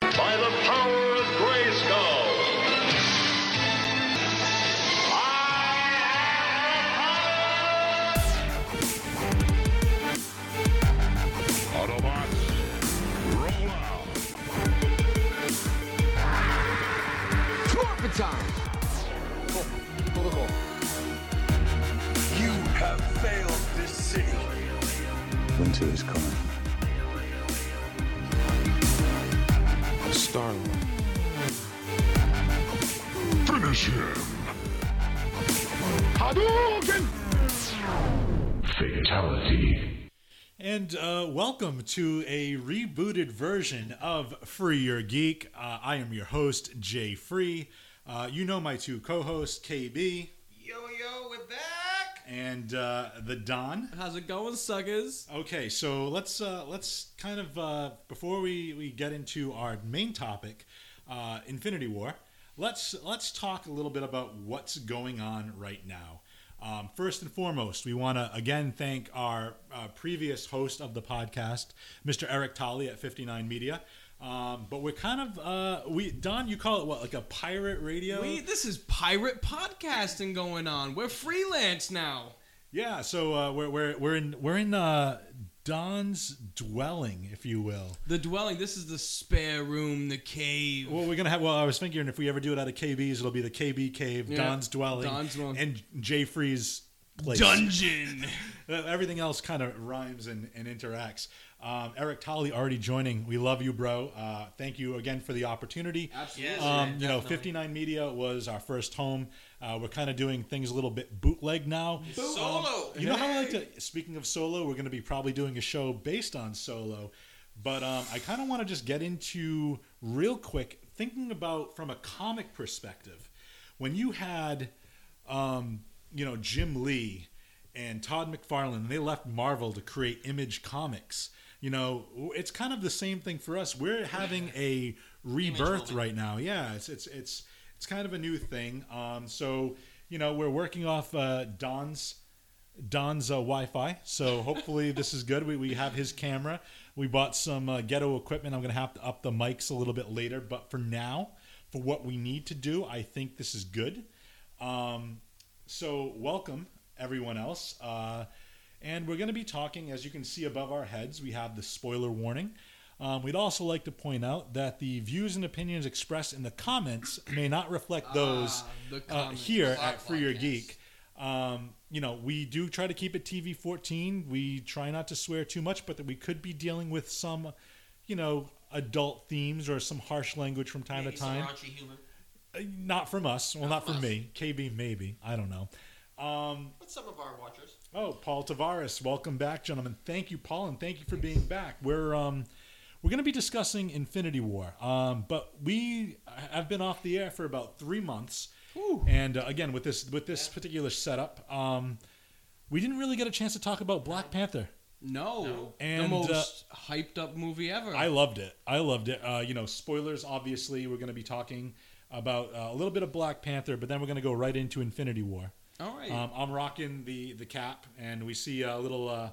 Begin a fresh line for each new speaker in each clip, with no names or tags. by the power of Grayskull. Autobots, roll out.
Torpid time!
You have failed this city.
Winter is coming.
Star Lord.
Finish him. Fatality.
And uh, welcome to a rebooted version of Free Your Geek. Uh, I am your host, Jay Free. Uh, you know my two co hosts, KB
Yo, yo, we're back.
and uh, the Don.
How's it going, suckers?
Okay, so let's uh, let's kind of uh, before we, we get into our main topic, uh, Infinity War. Let's let's talk a little bit about what's going on right now. Um, first and foremost, we want to again thank our uh, previous host of the podcast, Mr. Eric Tolley at Fifty Nine Media. Um, but we're kind of uh, we Don, you call it what like a pirate radio?
We, this is pirate podcasting going on. We're freelance now.
Yeah, so uh, we're we're we're in we're in uh, Don's dwelling, if you will.
The dwelling. This is the spare room, the cave.
Well, we're gonna have. Well, I was thinking if we ever do it out of KBs, it'll be the KB Cave,
Yeah,
Don's Dwelling,
Don's Dwelling.
and Jay Free's place.
Dungeon.
Uh, Everything else kind of rhymes and, and interacts. Um, Eric Tolley already joining. We love you, bro. Uh, thank you again for the opportunity.
Absolutely.
Um, you know, 59 Media was our first home. Uh, we're kind of doing things a little bit bootleg now. Um,
Solo.
You know how I like to. Speaking of solo, we're going to be probably doing a show based on solo, but um, I kind of want to just get into real quick thinking about from a comic perspective when you had, um, you know, Jim Lee and Todd McFarlane, they left Marvel to create Image Comics. You know, it's kind of the same thing for us. We're having a rebirth right now. Yeah, it's it's it's it's kind of a new thing. Um, so you know, we're working off uh, Don's Don's uh, Wi-Fi, so hopefully this is good. We, we have his camera. We bought some uh, ghetto equipment. I'm gonna have to up the mics a little bit later, but for now, for what we need to do, I think this is good. Um, so welcome everyone else, uh, and we're gonna be talking. As you can see above our heads, we have the spoiler warning. Um, we'd also like to point out that the views and opinions expressed in the comments may not reflect those
Ah, the
uh,
comments.
here
Our
at Free Your
podcast.
Geek. Um, you know, we do try to keep it TV 14. We try not to swear too much, but that we could be dealing with some, you know, adult themes or some harsh language from time to time. Uh, Not from us. Well, not, from me. KB, maybe. I don't know.
But some of our watchers.
Oh, Paul Tavares, welcome back, gentlemen. Thank you, Paul, and thank you for being back. We're um, we're going to be discussing Infinity War, um, but we have been off the air for about three months, and uh, again with this with this particular setup, um, we didn't really get a chance to talk about Black Panther.
No. the
And,
most
uh,
hyped up movie ever.
I loved it. I loved it. Uh, you know, spoilers. Obviously, we're going to be talking about uh, a little bit of Black Panther, but then we're going to go right into Infinity War.
All right.
Um, I'm rocking the the cap, and we see a little uh,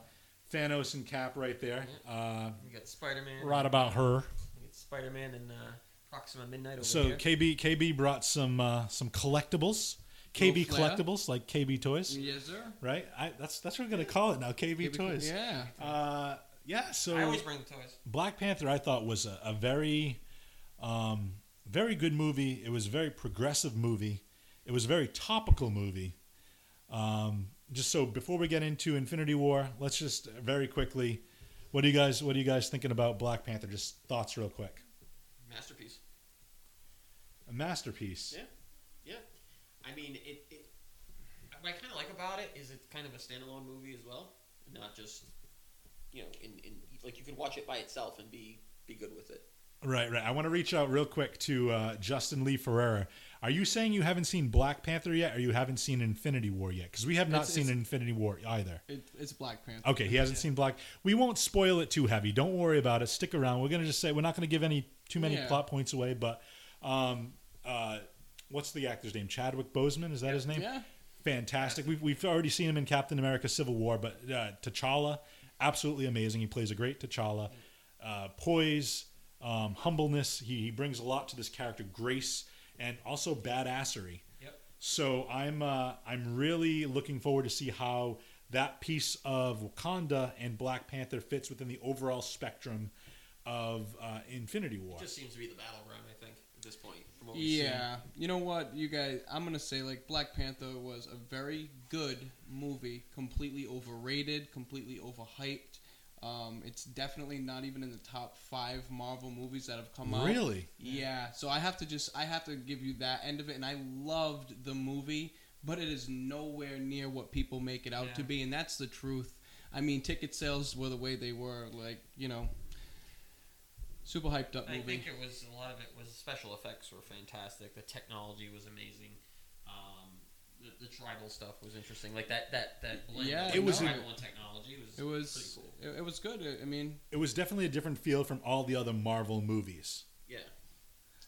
Thanos and Cap right there. Uh,
We got Spider Man.
right about her.
We got Spider Man and uh, Proxima Midnight over
So
here.
KB KB brought some uh, some collectibles, KB
Little flair.
collectibles like KB toys,
yes, sir.
right? I, that's that's what we're gonna call it now, KB, toys.
Yeah.
Uh, yeah. So
I always bring the toys.
Black Panther, I thought was a, a very, um, very good movie. It was a very progressive movie. It was a very topical movie. Um, just so before we get into Infinity War, let's just very quickly, what do you guys, what are you guys thinking about Black Panther? Just thoughts, real quick.
Masterpiece.
A masterpiece.
Yeah. Yeah. I mean, it. it what I kind of like about it is it's kind of a standalone movie as well, not just you know, in, in like you can watch it by itself and be be good with it.
Right, right. I want to reach out real quick to uh, Justin Lee Ferreira. Are you saying you haven't seen Black Panther yet, or you haven't seen Infinity War yet? Because we have not
It's-
seen
it's-
Infinity War either.
It, it's Black Panther.
Okay, he hasn't seen Black. We won't spoil it too heavy. Don't worry about it. Stick around. We're gonna just say we're not gonna give any too many
Yeah.
plot points away. But um, uh, what's the actor's name? Chadwick Boseman is that his name?
Yeah.
fantastic. We've we've already seen him in Captain America: Civil War, but uh, T'Challa, absolutely amazing. He plays a great T'Challa. Uh, poise, um, humbleness. He, he brings a lot to this character, grace, and also badassery.
Yep.
So I'm uh, I'm really looking forward to see how that piece of Wakanda and Black Panther fits within the overall spectrum of uh, Infinity War.
Just seems to be the battleground, I think, at this point. From what we've seen.
Yeah, you know what, you guys? I'm gonna say like Black Panther was a very good movie, completely overrated, completely overhyped. Um, it's definitely not even in the top five Marvel movies that have come out.
really?
Yeah. So I have to just I have to give you that end of it, and I loved the movie, but it is nowhere near what people make it out to
Yeah.
be, and that's the truth. I mean, ticket sales were the way they were, like you know, super hyped up
I
movie.
think it was a lot of it was
special effects were fantastic. The technology was amazing. Um, the, the tribal stuff was interesting. Like that that that blend
Yeah,
of
it was-
tribal and technology was
it
pretty
was
cool.
it, it was good. I- I mean,
It was definitely a different feel from all the other Marvel movies,
Yeah,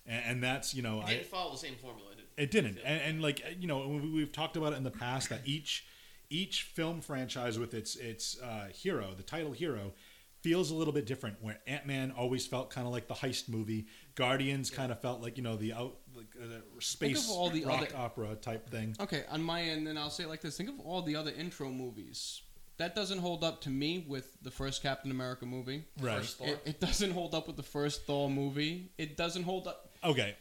and, and that's you know
it
I,
didn't follow the same formula. Did
It didn't, and, and like you know, we- we've talked about it in the past that each each film franchise with its its uh, hero, the title hero, feels a little bit different. Where Ant Man always felt kind of like the heist movie, Guardians kind of felt like you know the out like, uh, space
all the
rock
other-
opera type thing.
Okay, on my end, then I'll say it like this: think of all the other intro movies. That doesn't hold up to me with the first Captain America movie.
Right.
First Thor.
It, it doesn't hold up with the first Thor movie. It doesn't hold up.
Okay.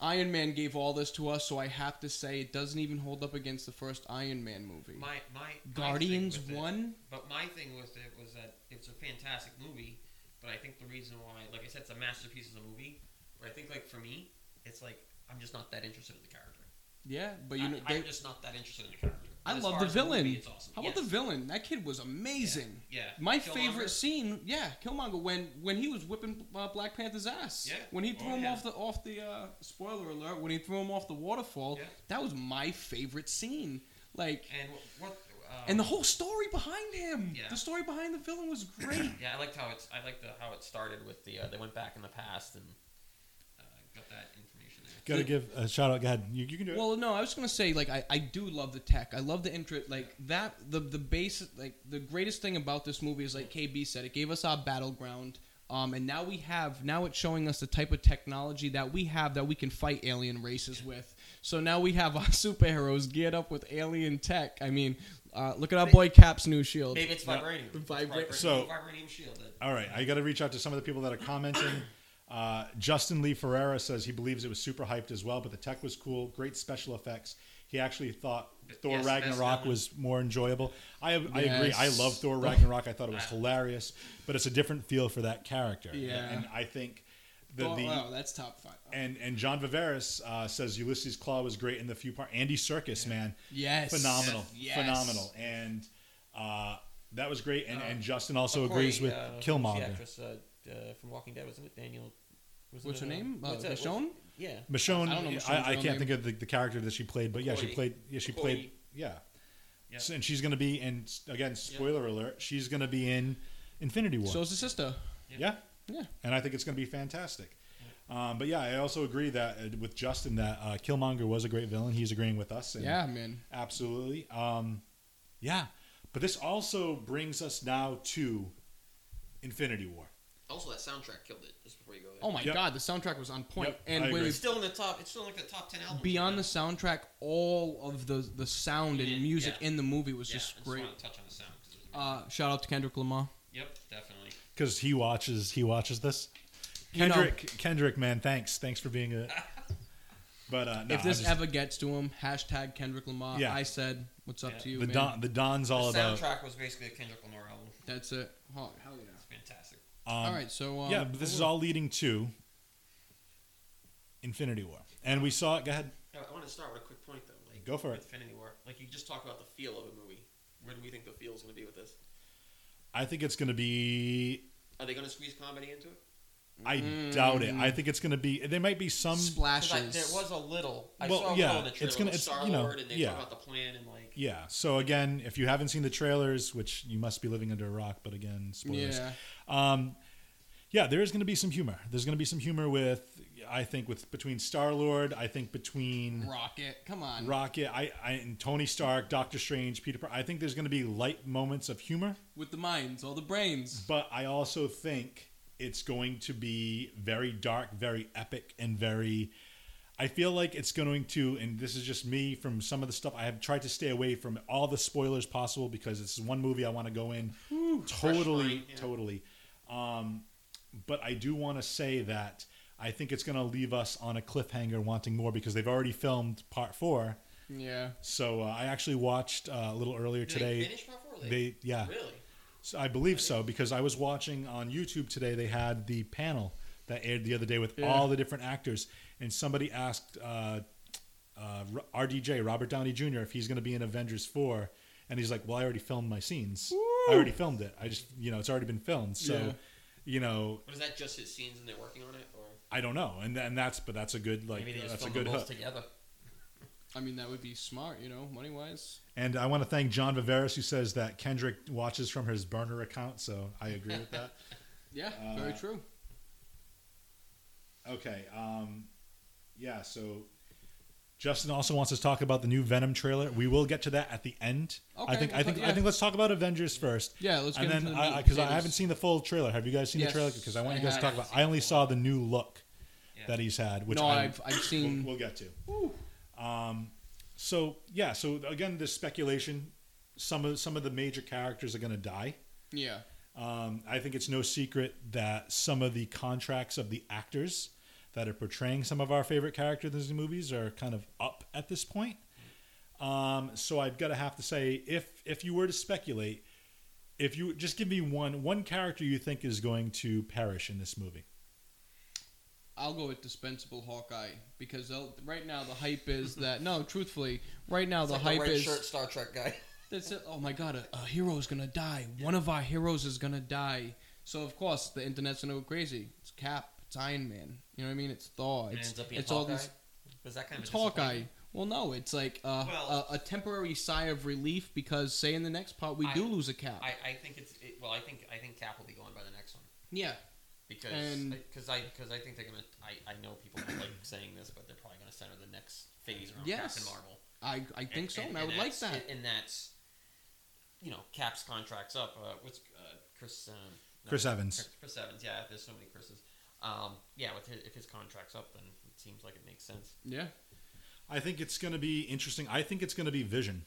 Iron Man gave all this to us, so I have to say it doesn't even hold up against the first Iron Man movie.
my my my
Guardians
thing with it-
one.
but my thing with it was that it's a fantastic movie, but I think the reason why, like I said, it's a masterpiece of a movie. But I think like for me, it's like I'm just not that interested in the character.
Yeah, but you know,
I,
they,
am just not that interested in the character.
I
But as
love
far
the
as a
villain.
movie, it's awesome.
How
yes.
about the villain? That kid was amazing.
Yeah.
My
Killmonger?
favorite scene, yeah, Killmonger when when he was whipping uh, Black Panther's ass.
Yeah.
When he threw
Oh,
him
yeah.
off the off the uh, spoiler alert when he threw him off the waterfall.
Yeah.
That was my favorite scene. Like
And wh- what? Um,
and the whole story behind him.
Yeah.
The story behind the villain was great.
yeah, I liked how it's. I liked the, how it started with the. Uh, they went back in the past and uh, got that information there.
Got to give a shout out. Go ahead. You, you can do it.
Well, no, I was gonna say like I, I do love the tech. I love the intro. Like that the the base like the greatest thing about this movie is like KB said, it gave us our battleground. Um, and now we have now it's showing us the type of technology that we have that we can fight alien races with. So now we have our superheroes geared up with alien tech. I mean, uh, look at our boy Cap's new shield.
Maybe it's vibranium.
Vibra-
It's
So-
vibranium shield. That,
All right, I got to reach out to some of the people that are commenting. Uh, Justin Lee Ferreira says he believes it was super hyped as well, but the tech was cool, great special effects. He actually thought Thor
yes, best
Ragnarok
villain.
was more enjoyable. I, I agree. I
Yes.
love Thor Ragnarok. I thought it was hilarious, but it's a different feel for that character.
Yeah.
and I think the,
oh,
the
wow, that's top five. Oh,
and and John Viveris uh, says Ulysses Claw was great in the few part. Andy Circus, man,
Yes.
phenomenal,
Yes.
phenomenal, and uh, that was great.
Uh,
And, and Justin also
Oh, Corey,
agrees with
uh, who's
Killmonger.
The actress uh, uh, from Walking Dead wasn't it Daniel? Wasn't
What's
it,
her
uh,
name? Uh,
what's that-
Michonne?
what's- Yeah.
Michonne,
I
I,
don't know Michonne's
I,
real
can't
name.
think of the, the character that she played, but yeah, she
McCoy.
played. Yeah, she
McCoy.
played. Yeah.
Yeah.
So- and she's gonna be in. Again, spoiler alert. She's gonna be in Infinity War.
So is the sister.
yeah.
Yeah.
And I think it's gonna be fantastic. Um, but yeah, I also agree that uh, with Justin that uh, Killmonger was a great villain. He's agreeing with us. And
Yeah, man.
Absolutely. Um, yeah. But this also brings us now to Infinity War.
Also, that soundtrack killed it. Just before you go there.
Oh my
Yep.
god, the soundtrack was on point.
Yep, I
and when
agree.
we
It's still in the top. It's still in, like the top ten albums.
beyond the soundtrack, all of the the sound and
Yeah,
music
yeah.
in the movie was
Yeah,
just
I
great.
want to touch on the sound. 'cause it was amazing.
Uh, shout out to Kendrick Lamar.
yep, definitely.
because he watches he watches this.
You know-
Kendrick, Kendrick, man, thanks, thanks for being a. But uh, no,
if
I'm
this
just-
ever gets to him, hashtag Kendrick Lamar.
Yeah.
I said, "What's up
Yeah.
to you,
the
man?"
Don, the Don's all
the
about.
soundtrack was basically a Kendrick Lamar album.
That's it. Oh, hell yeah!
It's fantastic.
all right, so um,
yeah, but this is all leading to Infinity War, and we saw it. Go ahead,
No, I want to start with a quick point though. Like
Go for
with
it.
Infinity War. Like you just talked about the feel of a movie. Where do we think the feel is going to be with this?
I think it's going to be.
Are they going to squeeze comedy into it?
I
Mm.
doubt it. I think it's going to be. There might be some.
Because I, there
splashes.
was a little. I
Well,
saw a
yeah,
little in the
it's
trailer.
gonna-
with
it's-
Star-
Star
you know,
Lord and they
yeah.
talk about the plan and like.
Yeah. So again, if you haven't seen the trailers, which you must be living under a rock, but again, spoilers.
yeah,
Um, yeah, there is going to be some humor. There's going to be some humor with, I think, with between Star Lord. I think between
Rocket. Come on.
Rocket. I, I and Tony Stark, Doctor Strange, Peter. Par- I think there's going to be light moments of humor,
With the minds, all the brains.
but I also think it's going to be very dark, very epic, and very. I feel like it's going to, and this is just me from some of the stuff I have tried to stay away from all the spoilers possible because it's one movie I want to go in totally,
mind, yeah.
totally. Um, but I do want to say that I think it's going to leave us on a cliffhanger wanting more because they've already filmed part four.
Yeah.
So uh, I actually watched uh, a little earlier
Did
today.
they finish part four? They,
They yeah,
really.
so I believe so because I was watching on YouTube today. They had the panel that aired the other day with
Yeah.
all the different actors, and somebody asked uh, uh, R- RDJ Robert Downey Jr. if he's going to be in Avengers four, and he's like, "Well, I already filmed my scenes. I already filmed it. I just you know it's already been filmed. So
Yeah.
you know
But is that just his scenes and they're working on it, or
I don't know, and and that's but that's a good like
maybe they just
that's a
filmed them
good
both
hook.
together?
I mean, that would be smart, you know, money wise.
And I want to thank John Viveris who says that Kendrick watches from his burner account. So I agree with that.
Yeah,
Uh,
very true.
Okay. Um, yeah. So Justin also wants us to talk about the new Venom trailer. We will get to that at the end. I
Okay,
think. I
we'll
think.
talk-
I think. Let's talk about Avengers first.
Yeah, let's
And
get
then
into the meat and
because I,
potatoes.
haven't seen the full trailer. Have you guys seen
Yes,
the trailer? Because I want
I
you guys to talk
have.
about. I only saw the new look that he's had, which
No,
I,
I've I've
we'll,
seen
we'll get to. Um, so yeah. So again, this speculation. Some of some of the major characters are going to die.
yeah.
Um, I think it's no secret that some of the contracts of the actors that are portraying some of our favorite characters in the movies are kind of up at this point. Um, so I've got to have to say, if if you were to speculate, if you just give me one one character you think is going to perish in this movie,
I'll go with dispensable Hawkeye because they'll- right now the hype is that no, truthfully, right now the
Like
hype
red
is
shirt Star Trek guy.
That's it. Oh my god, a, a hero's gonna die. One of our heroes is gonna die. So of course the internet's gonna go crazy. It's Cap, it's Iron Man. You know what I mean? It's Thor.
And
It's
ends up being
it's all
Hawkeye?
these.
Was that kind
It's
of a
Hawkeye. Well, no, it's like uh,
Well-
a, a temporary sigh of relief because say in the next part we
I-
do lose a Cap.
disappointment? I, I think it's it, well. I think I think Cap will be going by the next one
yeah.
because
And-
because I because I think they're gonna. I, I know people don't like saying this, but they're probably gonna center the next phase around
Yes.
Captain Marvel.
I, I think so, and, I would like
that's-
that.
And, that's you know Cap's contracts up. Uh, what's uh, Chris? Um, no,
Chris Evans.
Chris Evans. Yeah, there's so many Chris's. Um, yeah, with his, if his contract's up, then it seems like it makes sense.
yeah.
I think it's going to be interesting. I think it's going to be Vision,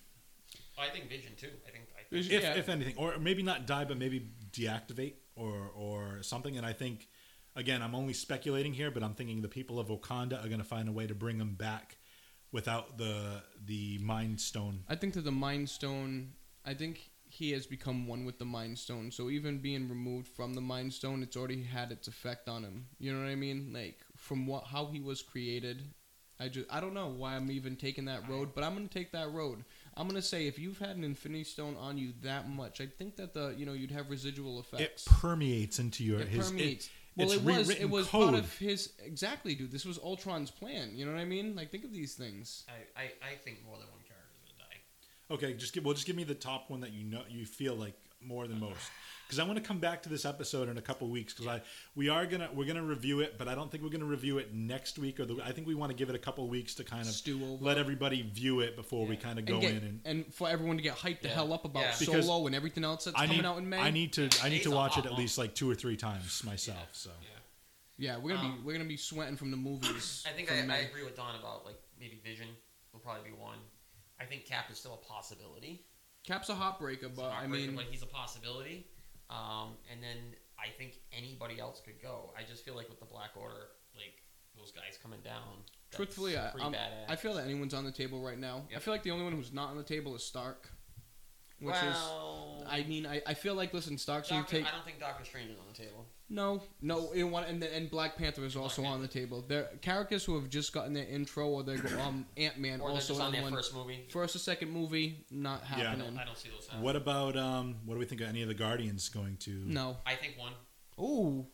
I think Vision too. I think I think
Vision-
if
Yeah.
if anything, or maybe not die, but maybe deactivate or or something. And I think again, I'm only speculating here, but I'm thinking the people of Wakanda are going to find a way to bring him back without the the Mind Stone.
I think that the Mind Stone. I think he has become one with the Mind Stone. So even being removed from the Mind Stone, it's already had its effect on him. You know what I mean? Like from what how he was created. I just I don't know why I'm even taking that road, but I'm gonna take that road. I'm gonna say if you've had an Infinity Stone on you that much, I think that the you know you'd have residual
It
effects.
permeates into your
It
his.
permeates. well,
It, it's
it was
rewritten
it was
code.
part of his exactly, dude. This was Ultron's plan. You know what I mean? Like think of these things.
I, I, I think more than one character's gonna die.
Okay, just give well, just give me the top one that you know you feel like more than most. Because I want to come back to this episode in a couple weeks. Because I we are gonna we're gonna review it, but I don't think we're gonna review it next week or the. I think we want to give it a couple weeks to kind of
Stew over
let everybody view it before we kind of go
and, get,
in and.
and for everyone to get hyped the
Yeah.
hell up about
Yeah.
Because
Solo and everything else that's
I
coming
need,
out in May.
I need to I need to
May's a
watch it
hot
at
one.
least like two or three times myself. So
yeah, we're gonna be
Um,
we're gonna be sweating from the movies.
I think
from
I, I
May.
agree with Don about like maybe Vision will probably be one. I think Cap is still a possibility.
Cap's a heartbreaker, but I
Heartbreaker,
mean,
but he's a possibility. Um, and then I think anybody else could go. I just feel like with the Black Order, like those guys coming down. that's
truthfully, I,
pretty
I'm-
badass.
I feel that anyone's on the table right now. I
Yep.
feel like the only one who's not on the table is Stark, which
well,
is. I mean, I, I feel like listen, Stark's gonna
Doctor-
take
I don't think Doctor Strange is on the table.
no no you know what, and then- and Black Panther is also on the table. There characters who have just gotten their intro or their um Ant Man
Or they're
also
just on
another
their
one.
first movie.
First or second movie not
Yeah.
happening.
I don't see those happening.
what about um what do we think of any of the Guardians going to?
No.
I think one.
Ooh.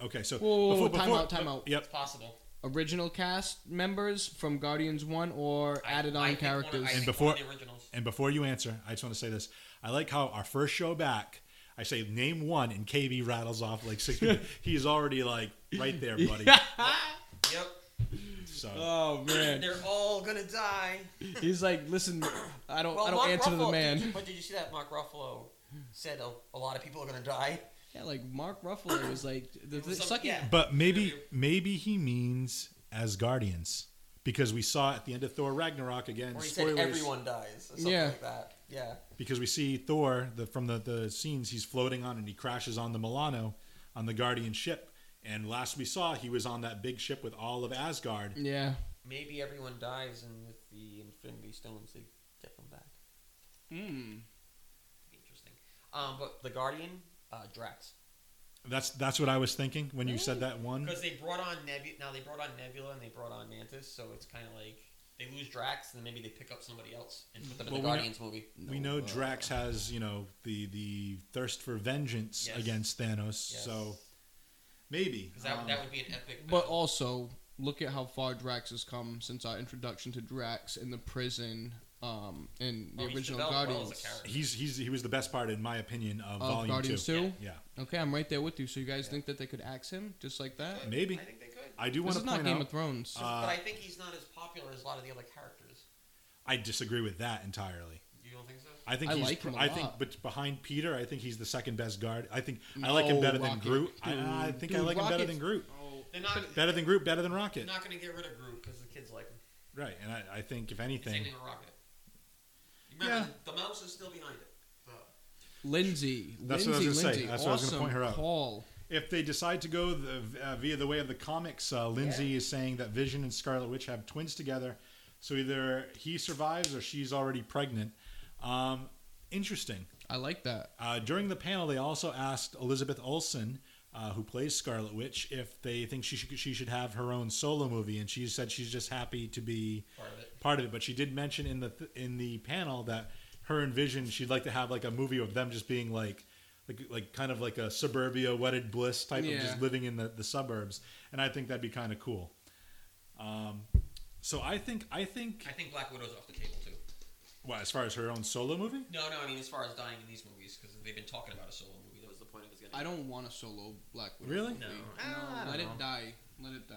Okay, so
Whoa, whoa, whoa, time out, time out.
Yep,
It's possible.
original cast members from Guardians One or
I-
added
I
on
think one of-
characters.
And
I think one of
before-
the originals.
And before you answer, I just want to say this. I like how our first show back, I say name one, and KB rattles off like six people. He's already like right there, buddy.
Yep.
So
oh man,
They're all gonna die.
he's like, listen, I don't, I don't
Mark
answer to the
Ruffalo-
man.
did you- but did you see that Mark Ruffalo said a, a lot of people are gonna die?
Yeah, like Mark Ruffalo was like the, the
some-
sucking.
yeah.
But maybe maybe he means as guardians because we saw at the end of Thor Ragnarok again.
Or he
spoilers,
said everyone dies. Or something
Yeah.
like that. Yeah.
because we see Thor the, from the the scenes he's floating on and he crashes on the Milano on the Guardian ship. And last we saw, he was on that big ship with all of Asgard.
Yeah.
Maybe everyone dies, and with the Infinity Stones, they get them back.
Mm.
Interesting. Um, but the Guardian, uh, Drax.
That's that's what I was thinking when you said that one.
Because they brought on Nebula. Now they brought on Nebula and they brought on Mantis, so it's kind of like they lose Drax, and then maybe they pick up somebody else and put them
Well, we
in the
know-
Guardians movie.
we know
uh,
Drax has you know the the thirst for vengeance
Yes.
against Thanos,
Yes.
so maybe.
Because that,
Um,
that would be an epic.
But
battle.
also, look at how far Drax has come since our introduction to Drax in the prison um, in the
Oh, he's
original
developed well as
Guardians.
a character.
he's he's he was the best part in my opinion of
Of
Volume
Guardians
Two.
Two?
Yeah,
Okay, I'm right there with you. So you guys think that they could axe him just like that?
maybe.
I think they could.
I do
This
want
is
to
not
point
Game
out.
of Thrones.
uh,
but I think he's not as popular as a lot of the other characters.
I disagree with that entirely.
You don't think so?
I think
I
he's.
like him a
I think,
lot.
but behind Peter, I think he's the second best guard. I think I like him
No,
better than
Rocket.
Groot. I, I
Dude,
think I
dude,
like him better
Rocket's-
than Groot.
Oh, they're not.
Better than Groot. Better than
They're
Rocket.
not going to get rid of Groot because the kids like him.
Right, and I, I think if
Same
anything,
thing with Rocket. Remember,
Yeah.
the mouse is still behind it.
Lindsay.
That's
Lindsay,
what I was gonna say.
Lindsay.
That's
awesome
what I was gonna point her out.
Call.
if they decide to go the, uh, via the way of the comics, uh, Lindsay is saying that Vision and Scarlet Witch have twins together, so either he survives or she's already pregnant. Um, interesting.
I like that.
Uh, during the panel, they also asked Elizabeth Olsen, uh, who plays Scarlet Witch, if they think she should she should have her own solo movie, and she said she's just happy to be
Part of it.
part of it. But she did mention in the th- in the panel that her and Vision, she'd like to have like a movie of them just being like. Like, like kind of like a suburbia wedded bliss type of
Yeah.
just living in the, the suburbs and i think that'd be kind of cool um, so i think i think
I think Black Widow's off the table too.
well as far as her own solo movie
No, no, I mean as far as dying in these movies because they've been talking about a solo movie. That was the point it was going to.
I don't want a solo Black Widow.
Really?
movie.
No.
No,
Ah, I don't
let
know.
it die. Let it die.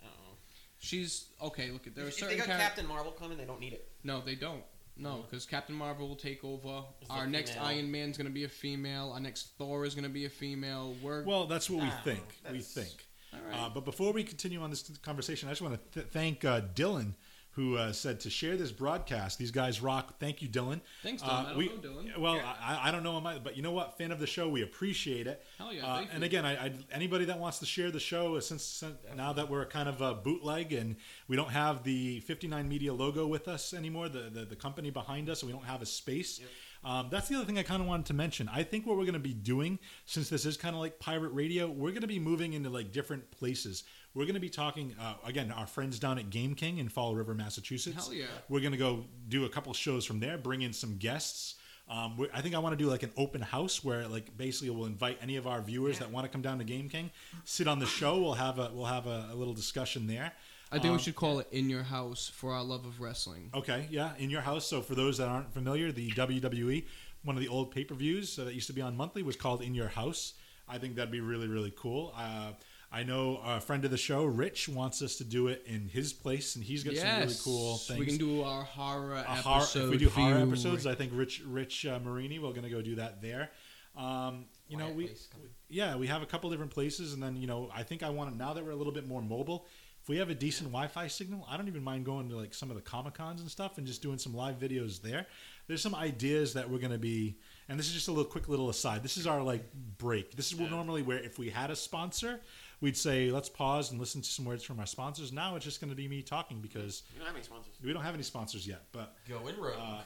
I don't know.
She's okay. Look at there are
if, if
certain
they got
charac-
Captain Marvel coming, they don't need it.
No, they don't. No, because Captain Marvel will take over.
It's
Our
a
next
female.
Iron Man's gonna be a female. Our next Thor is gonna be a female. We're
Well, that's what we
I don't
think.
know.
We
That's-
think.
All right.
Uh, but before we continue on this conversation, I just want to th- thank uh, Dylan, who uh, said to share this broadcast. These guys rock. Thank you, Dylan.
Thanks, Dylan.
Uh,
I don't
we-
know Dylan.
Well, I, I don't know him either, but you know what? Fan of the show, we appreciate it.
Hell yeah,
Uh,
thank
and
you.
again, I, I, anybody that wants to share the show, uh, since, since now that we're kind of a bootleg and we don't have the 59 Media logo with us anymore, the, the, the company behind us, and we don't have a space. Um, that's the other thing I kind of wanted to mention. I think what we're going to be doing, since this is kind of like pirate radio, we're going to be moving into like different places. We're going to be talking uh, again. Our friends down at Game King in Fall River, Massachusetts.
Hell yeah.
We're going to go do a couple shows from there. Bring in some guests. Um, we I think I want to do like an open house where like basically we'll invite any of our viewers that want to come down to Game King, sit on the show. We'll have a we'll have a, a little discussion there.
I
um,
think we should call it "In Your House" for our love of wrestling.
Okay, yeah, in your house. So for those that aren't familiar, the WWE, one of the old pay per views uh, that used to be on monthly, was called In Your House. I think that'd be really really cool. Uh, I know a friend of the show, Rich, wants us to do it in his place, and he's got some really
Yes,
cool things.
we can do our horror
a horror,
episode.
if we do horror
view.
episodes, I think Rich Rich uh, Marini, we're gonna go do that there. Um, you know,
Quiet
we
place coming.
yeah, we have a couple different places, and then you know, I think I want to now that we're a little bit more mobile. If we have a decent Wi-Fi signal, I don't even mind going to like some of the comic cons and stuff, and just doing some live videos there. There's some ideas that we're gonna be, and this is just a little quick little aside. This is our like break. This is what normally where if we had a sponsor, we'd say let's pause and listen to some words from our sponsors. Now it's just gonna be me talking because
You know how many sponsors?
we don't have any sponsors yet, but.
Go in rogue.
Uh,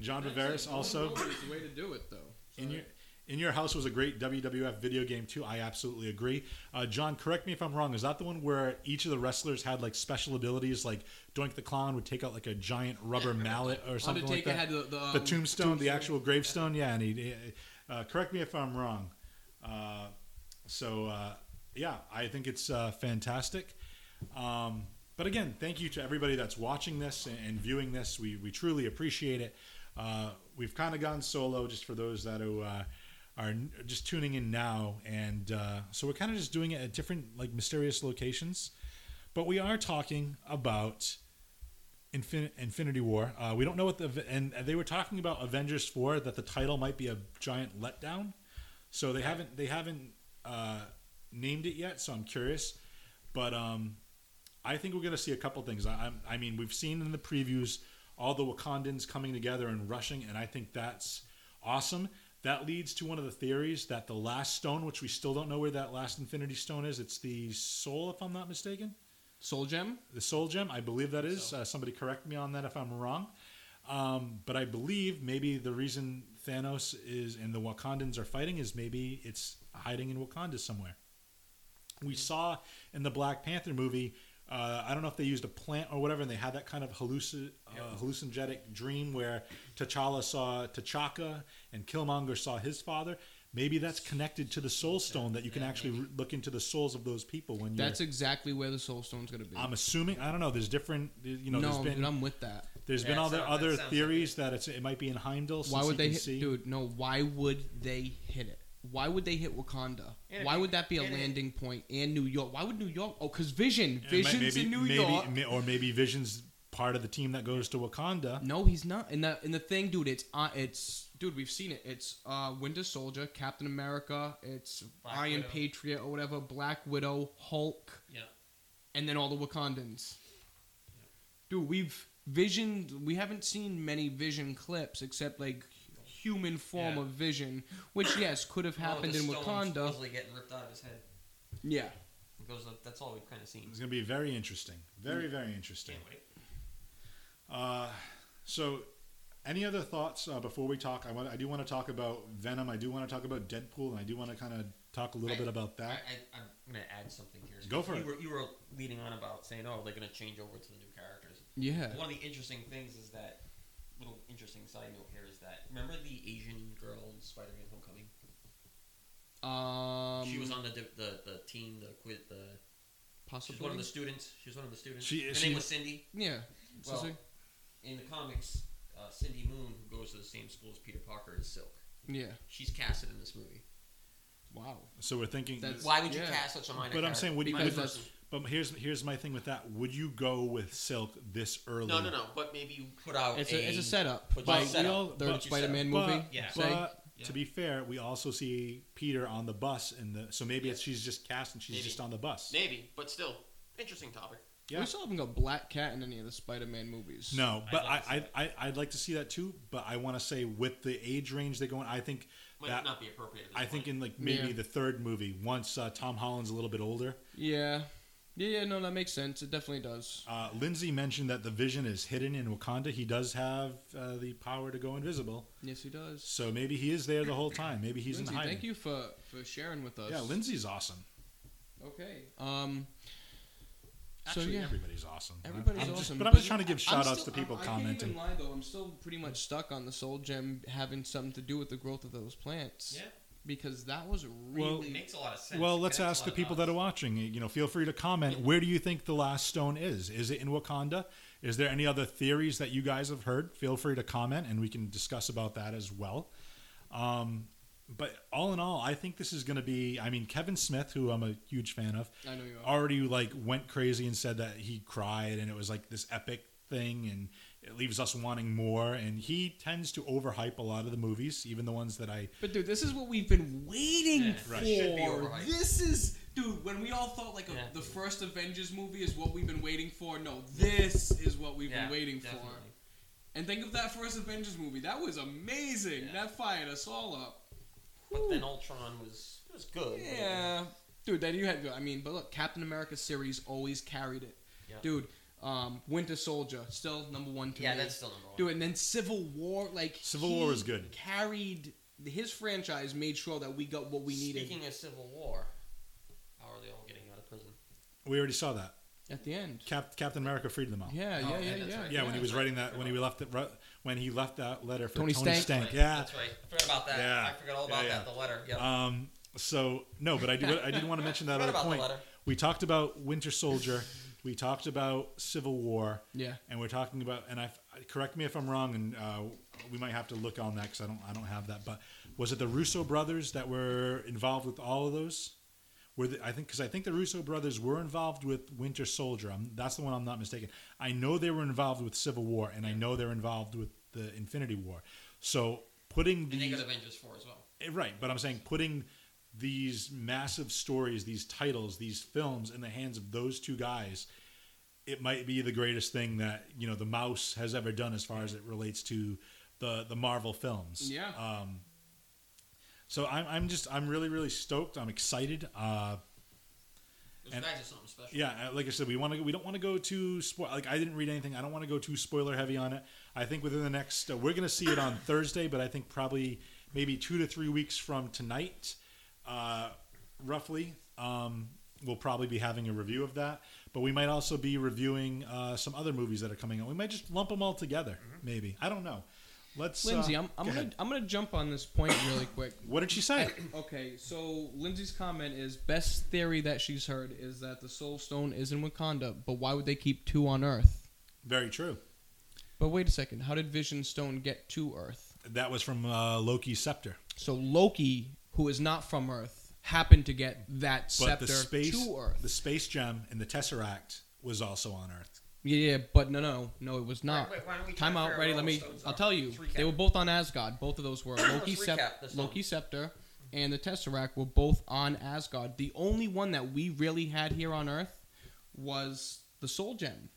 John
That's
Viveris
it.
also
Horror is the way to do it, though.
in your in your house was a great WWF video game too. I absolutely agree. Uh, John, correct me if I'm wrong. Is that the one where each of the wrestlers had like special abilities? Like Doink the Clown would take out like a giant rubber mallet or something like
Undertaker
that.
had the- the, um,
tombstone, the actual gravestone. Yeah, and he uh, correct me if I'm wrong. Uh, so uh, yeah, I think it's uh, fantastic. Um, but again, thank you to everybody that's watching this and, and viewing this. We, we truly appreciate it. Uh, we've kind of gone solo just for those that are, uh, are n- just tuning in now. And uh, so we're kind of just doing it at different, like, mysterious locations. But we are talking about Infin- Infinity War. Uh, we don't know what the. And they were talking about Avengers 4, that the title might be a giant letdown. So they haven't they haven't uh, named it yet. So I'm curious, but um, I think we're going to see a couple things. I, I'm- I mean, we've seen in the previews all the Wakandans coming together and rushing, and I think that's awesome. That leads to one of the theories that the last stone, which we still don't know where that last Infinity Stone is, it's the soul, if I'm not mistaken,
Soul Gem.
the soul gem. I believe that is. Uh, somebody correct me on that if I'm wrong. Um, but I believe maybe the reason Thanos is and the Wakandans are fighting is maybe it's hiding in Wakanda somewhere. We saw in the Black Panther movie, uh, I don't know if they used a plant or whatever, and they had that kind of halluci- uh, hallucinogenic dream where T'Challa saw T'Chaka and Killmonger saw his father. Maybe that's connected to the Soul Stone that you can actually re- look into the souls of those people when you're.
That's exactly where the Soul Stone's gonna be.
I'm assuming I don't know. There's different, you know.
no,
Um, there's been
dude, I'm with that.
there's
Yeah,
been
it
all the
sound-
other
that sounds
theories that it's it might be in Heimdall. Since
Why
you
would they
can
hit,
see.
dude? No, why would they hit it? Why would they hit Wakanda?
And it
why
may-
would that be a
and it-
landing point and New York? Why would New York? Oh, because Vision,
It might-
Vision's
maybe,
in New
maybe,
York.
ma- or maybe Vision's part of the team that goes to Wakanda.
No, he's not. And the and the thing, dude, it's uh, it's dude, we've seen it. It's uh, Winter Soldier, Captain America, it's
Black
Iron
Widow.
Patriot or whatever, Black Widow, Hulk,
Yeah.
and then all the Wakandans. Dude, we've visioned. We haven't seen many Vision clips except like human form
Yeah.
of Vision, which yes could have
Well,
happened
the
in
stone
Wakanda.
Supposedly getting ripped out of his head.
Yeah.
It goes. up- That's all we've kind of seen.
It's going to be very interesting. Very very interesting.
Mm. Can't wait.
Uh, so, any other thoughts uh, before we talk? I want I do want to talk about Venom. I do want to talk about Deadpool, and I do want to kind of talk a little
I-
bit about
I,
that.
I, I'm gonna add something here.
Go for
you
it.
Were, you were leading on about saying, oh, they're gonna change over to the new characters.
Yeah.
One of the interesting things is that little interesting side note here is that remember the Asian girl in Spider-Man: Homecoming?
Um.
she was on the di- the, the team, the quiz, the. She was
possibly.
one of the students. She was one of the students.
She-
Her
she-
name was Cindy.
yeah. So-
Well,
so-
in the comics, uh, Cindy Moon, who goes to the same school as Peter Parker, is Silk.
yeah.
She's casted in this movie.
Wow.
So we're thinking.
That's-
Why would you
Yeah.
cast such a minor?
but I'm saying, would, you-
Because
would-
that's-
but here's here's my thing with that. Would you go with Silk this early?
no, no, no. But maybe you put out
It's a, it's a setup.
But
Like,
you set up.
all-
third
but-
Spider-Man
but-
movie.
yeah.
say.
But
Yeah.
to be fair, we also see Peter on the bus, and the so maybe it's, she's just cast and she's
Maybe.
just on the bus.
Maybe, but still, interesting topic.
Yeah.
We still haven't got Black Cat in any of the Spider-Man movies.
No, but
like to
I, I, I I'd like to see that too. But I want to say with the age range they go in, I think
might
that
not be appropriate. At this
I think
point.
in like maybe
Yeah.
the third movie once uh, Tom Holland's a little bit older.
Yeah. Yeah, yeah, no, that makes sense. It definitely does.
Uh, Lindsay mentioned that the Vision is hidden in Wakanda. He does have uh, the power to go invisible,
Yes, he does.
so maybe he is there the whole time. Maybe he's
Lindsay,
in hiding.
thank you for for sharing with us.
Yeah, Lindsay's awesome.
Okay. Um.
Actually,
so yeah,
everybody's awesome.
everybody's
I'm
awesome.
just- but I'm just trying to give
I'm
shout outs to
still-
people
I-
commenting.
I can't even lie though. I'm still pretty much stuck on the Soul Gem having something to do with the growth of those plants.
Yeah.
Because that was
Well-
it
really.
makes a lot of sense.
Well,
It
let's
connects
ask
a
the
lot of
people
dots.
that are watching. You know, feel free to comment. Where do you think the last stone is? Is it in Wakanda? Is there any other theories that you guys have heard? Feel free to comment, and we can discuss about that as well. Um, but all in all, I think this is going to be. I mean, Kevin Smith, who I'm a huge fan of,
I know you are.
already like went crazy and said that he cried, and it was like this epic thing, and it leaves us wanting more. And he tends to overhype a lot of the movies, even the ones that I
But dude, this is what we've been waiting for.
right. Should be overhyped.
this is dude. When we all thought like a,
Yeah.
the first Avengers movie is what we've been waiting for. No, this is what we've
Yeah,
been waiting
definitely.
for. And think of that first Avengers movie. That was amazing.
Yeah.
That fired us all up.
But then Ultron was was good. but it
Yeah, dude. That you had. I mean, but look, Captain America series always carried it,
Yeah.
dude. Um, Winter Soldier still number one
was-
to
Yeah,
me.
that's still number one.
Dude, and then Civil War, like
Civil
he
War was good.
Carried his franchise, made sure that we got what we needed
Speaking of Civil War, how are they all getting out of prison?
we already saw that
at the end.
Cap, Captain America freed them out.
Yeah,
Oh,
yeah, yeah,
yeah,
yeah.
that's right.
Yeah, when he was
That's right.
writing that, when he left it, ru- when he left that letter for Tony,
Tony Stank.
Stank.
Right,
Yeah.
that's right. I forgot about that.
Yeah.
I forgot all
Yeah,
about
yeah.
that. The letter. Yeah.
Um. So no, but I do. I did want to mention that
Forgot
other
about the
point.
letter.
We talked about Winter Soldier. we talked about Civil War.
Yeah.
And we're talking about and I correct me if I'm wrong and uh, we might have to look on that because I don't I don't have that. But was it the Russo brothers that were involved with all of those? Were the, I think because I think the Russo brothers were involved with Winter Soldier. I'm, that's the one I'm not mistaken. I know they were involved with Civil War and I know they're involved with the Infinity War. So putting
and they
the
got Avengers four as well.
Eh, Right, but I'm saying putting these massive stories, these titles, these films in the hands of those two guys, it might be the greatest thing that you know the mouse has ever done as far as it relates to the the Marvel films.
Yeah.
Um, so I'm I'm just I'm really really stoked. I'm excited. Uh,
Those
And-
guys are something special.
yeah, uh, like I said, we want to. We don't want to go too spoil. Like I didn't read anything. I don't want to go too spoiler heavy on it. I think within the next, uh, we're going to see it on Thursday, but I think probably maybe two to three weeks from tonight, uh, roughly. Um, we'll probably be having a review of that, but we might also be reviewing uh, some other movies that are coming out. We might just lump them all together. Maybe I don't know. Let's
Lindsay,
uh,
I'm, I'm
go
gonna
ahead.
I'm gonna jump on this point really quick.
What did she say?
Okay, so Lindsay's comment is best theory that she's heard is that the Soul Stone is in Wakanda, but why would they keep two on Earth?
Very true.
But wait a second, how did Vision Stone get to Earth?
That was from uh, Loki's scepter.
So Loki, who is not from Earth, happened to get that
But
scepter
the space,
to Earth.
the space gem, and the Tesseract was also on Earth.
Yeah, yeah, but no, no, no, it was not.
Wait, wait, why don't we try
Time
to
out,
figure
ready?
out
Let
what
me.
all those
I'll
are.
tell you,
Let's
they
recap.
were both on Asgard. Both of those were Loki,
Let's
Sep-
recap this one.
Loki Scepter and the Tesseract were both on Asgard. The only one that we really had here on Earth was the Soul Gem.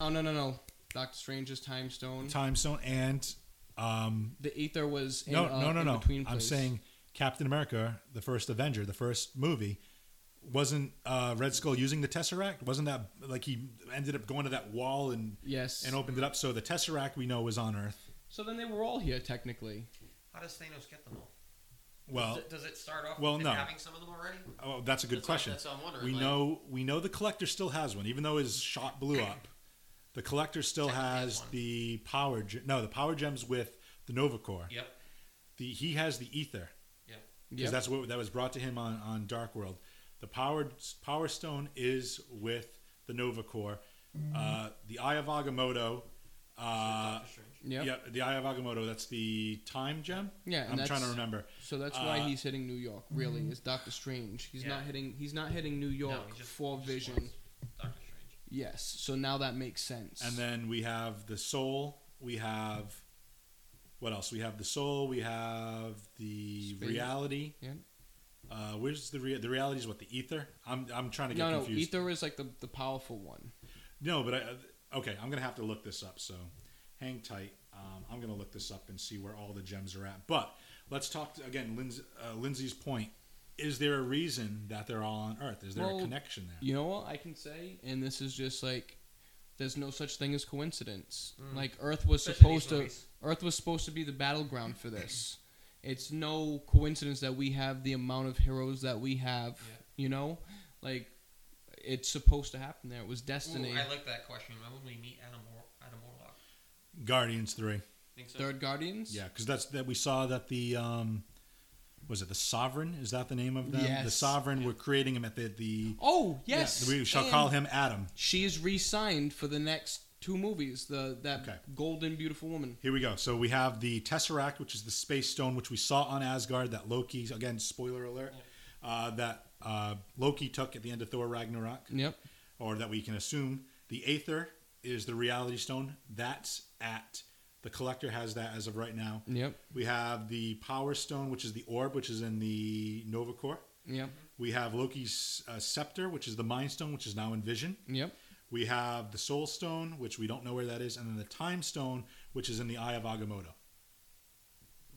Oh no, no, no! Doctor Strange's Time Stone.
time zone and um
The Ether was in,
no
uh,
no no
in
no
Between
i'm
place.
saying captain america the first avenger the first movie wasn't uh red skull using the tesseract wasn't that like he ended up going to that wall and
yes.
and opened it up so the tesseract we know was on earth
so then they were all here technically.
How does Thanos get them all?
well
Does it- does it start off
Oh. well,
with him
no.
having some of them already?
oh that's a good
That's what-
question
that's what I'm wondering,
we
like-
know we know the collector still has one even though his shot blew up the collector still
Technically has
has
one.
the power ge- no the power gems with the nova core
Yep.
the he has the ether because
Yep.
that's what that was brought to him on, on Dark World. The power Power Stone is with the Nova Corps. Uh, the Eye of Agamotto. Uh,
Doctor Strange.
Yep.
yeah, the Eye of Agamotto. That's the time gem.
Yeah, and
I'm trying to
that's-
remember.
So that's why
Uh,
he's hitting New York. Really, is Doctor Strange? He's
Yeah.
not hitting. He's not hitting New York
he just-
for
he just
Vision.
wants Doctor Strange.
Yes. So now that makes sense.
And then we have the Soul. We have what else? We have the Soul. We have the
Space.
Reality.
Yeah.
Uh, where's the rea- the reality is what the ether? I'm I'm trying to get
no, no,
confused.
Ether is like the, the powerful one.
No, but I okay. I'm gonna have to look this up. So hang tight. Um, I'm gonna look this up and see where all the gems are at. But let's talk to, again. Lindsay, uh, Lindsay's point: Is there a reason that they're all on Earth? Is there
Well,
a connection there?
You know what I can say, and this is just like, there's no such thing as coincidence. Like Earth was
Mm. Especially these
supposed to,
movies.
Earth was supposed to be the battleground for this. It's no coincidence that we have the amount of heroes that we have.
Yeah.
You know, like it's supposed to happen there. It was destiny.
Ooh, I like that question. When would we meet Adam, War- Adam Warlock?
Guardians three.
Think so?
Third Guardians.
Yeah, because that's that we saw that the um, was it the Sovereign? Is that the name of them? The
Yes.
Sovereign. We're creating him at the the.
Oh
yeah,
yes.
we shall
and
call him Adam.
She is re-signed for the next two movies. The that
Okay.
golden beautiful woman.
Here we go. So we have the Tesseract, which is the space stone, which we saw on Asgard. That Loki, again, spoiler alert, uh, that uh, Loki took at the end of Thor Ragnarok,
Yep.
or that we can assume. The Aether is the Reality Stone. That's at the Collector has that as of right now.
Yep.
We have the Power Stone, which is the orb, which is in the Nova Corps.
Yep.
We have Loki's uh, scepter, which is the Mind Stone, which is now in Vision.
Yep.
We have the Soul Stone, which we don't know where that is, and then the Time Stone, which is in the Eye of Agamotto.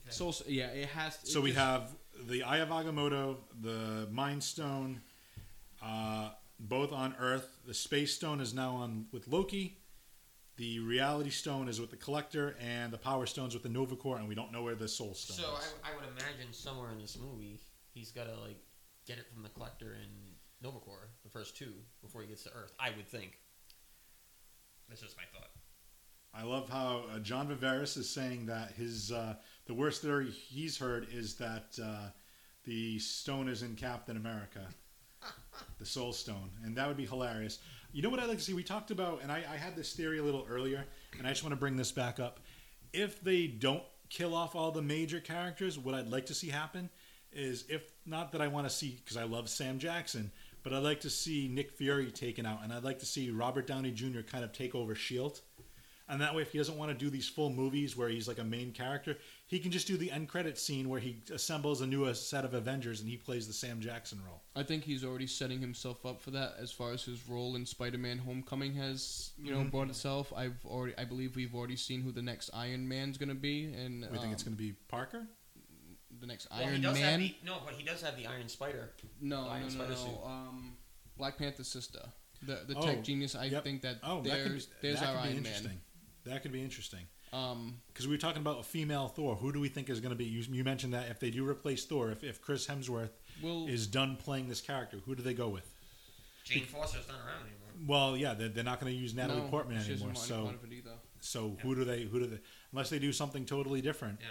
So so- yeah, it has. it
So we
just-
have the Eye of Agamotto, the Mind Stone, uh, both on Earth. The Space Stone is now on with Loki. The Reality Stone is with the Collector, and the Power Stone's with the Nova Corps, and we don't know where the Soul Stone
So
is.
I, I would imagine somewhere in this movie, he's got to like get it from the collector and Novacore, the first two, before he gets to Earth. I would think. That's just my thought.
I love how uh, John Viveris is saying that his uh, the worst theory he's heard is that uh, the stone is in Captain America, the Soul Stone, and that would be hilarious. You know what I'd like to see? We talked about, and I, I had this theory a little earlier, and I just want to bring this back up. If they don't kill off all the major characters, what I'd like to see happen is if not that I want to see because I love Sam Jackson, but I'd like to see Nick Fury taken out, and I'd like to see Robert Downey Jr. E kind of take over Shield. And that way, if he doesn't want to do these full movies where he's like a main character, He can just do the end credit scene where he assembles a new uh, set of Avengers and he plays the Sam Jackson role.
I think he's already setting himself up for that as far as his role in Spider-Man: Homecoming has, you
Mm-hmm.
know, brought itself. I've already, I believe we've already seen who the next Iron Man's gonna be, and
We think it's
um,
going to be Parker.
the next
Well, he
Iron
does
Man.
Have the, no, but he does have the Iron Spider.
no,
Iron
no, no,
Spider suit.
no. Um, Black Panther's sister, the the
Oh,
tech genius. I
yep.
think that
Oh, that could be,
there's there's
that
our
could be
Iron
interesting.
Man.
That could be interesting.
Um,
Because we were talking about a female Thor. Who do we think is going to be? You, you mentioned that if they do replace Thor, if, if Chris Hemsworth
Well-
is done playing this character, who do they go with?
Jane Foster's not around anymore.
Well, yeah, they're, they're not going to use Natalie
no,
Portman
she
anymore.
isn't
So,
part of it either.
so who do they? Who do they? Unless they do something totally different.
Yeah.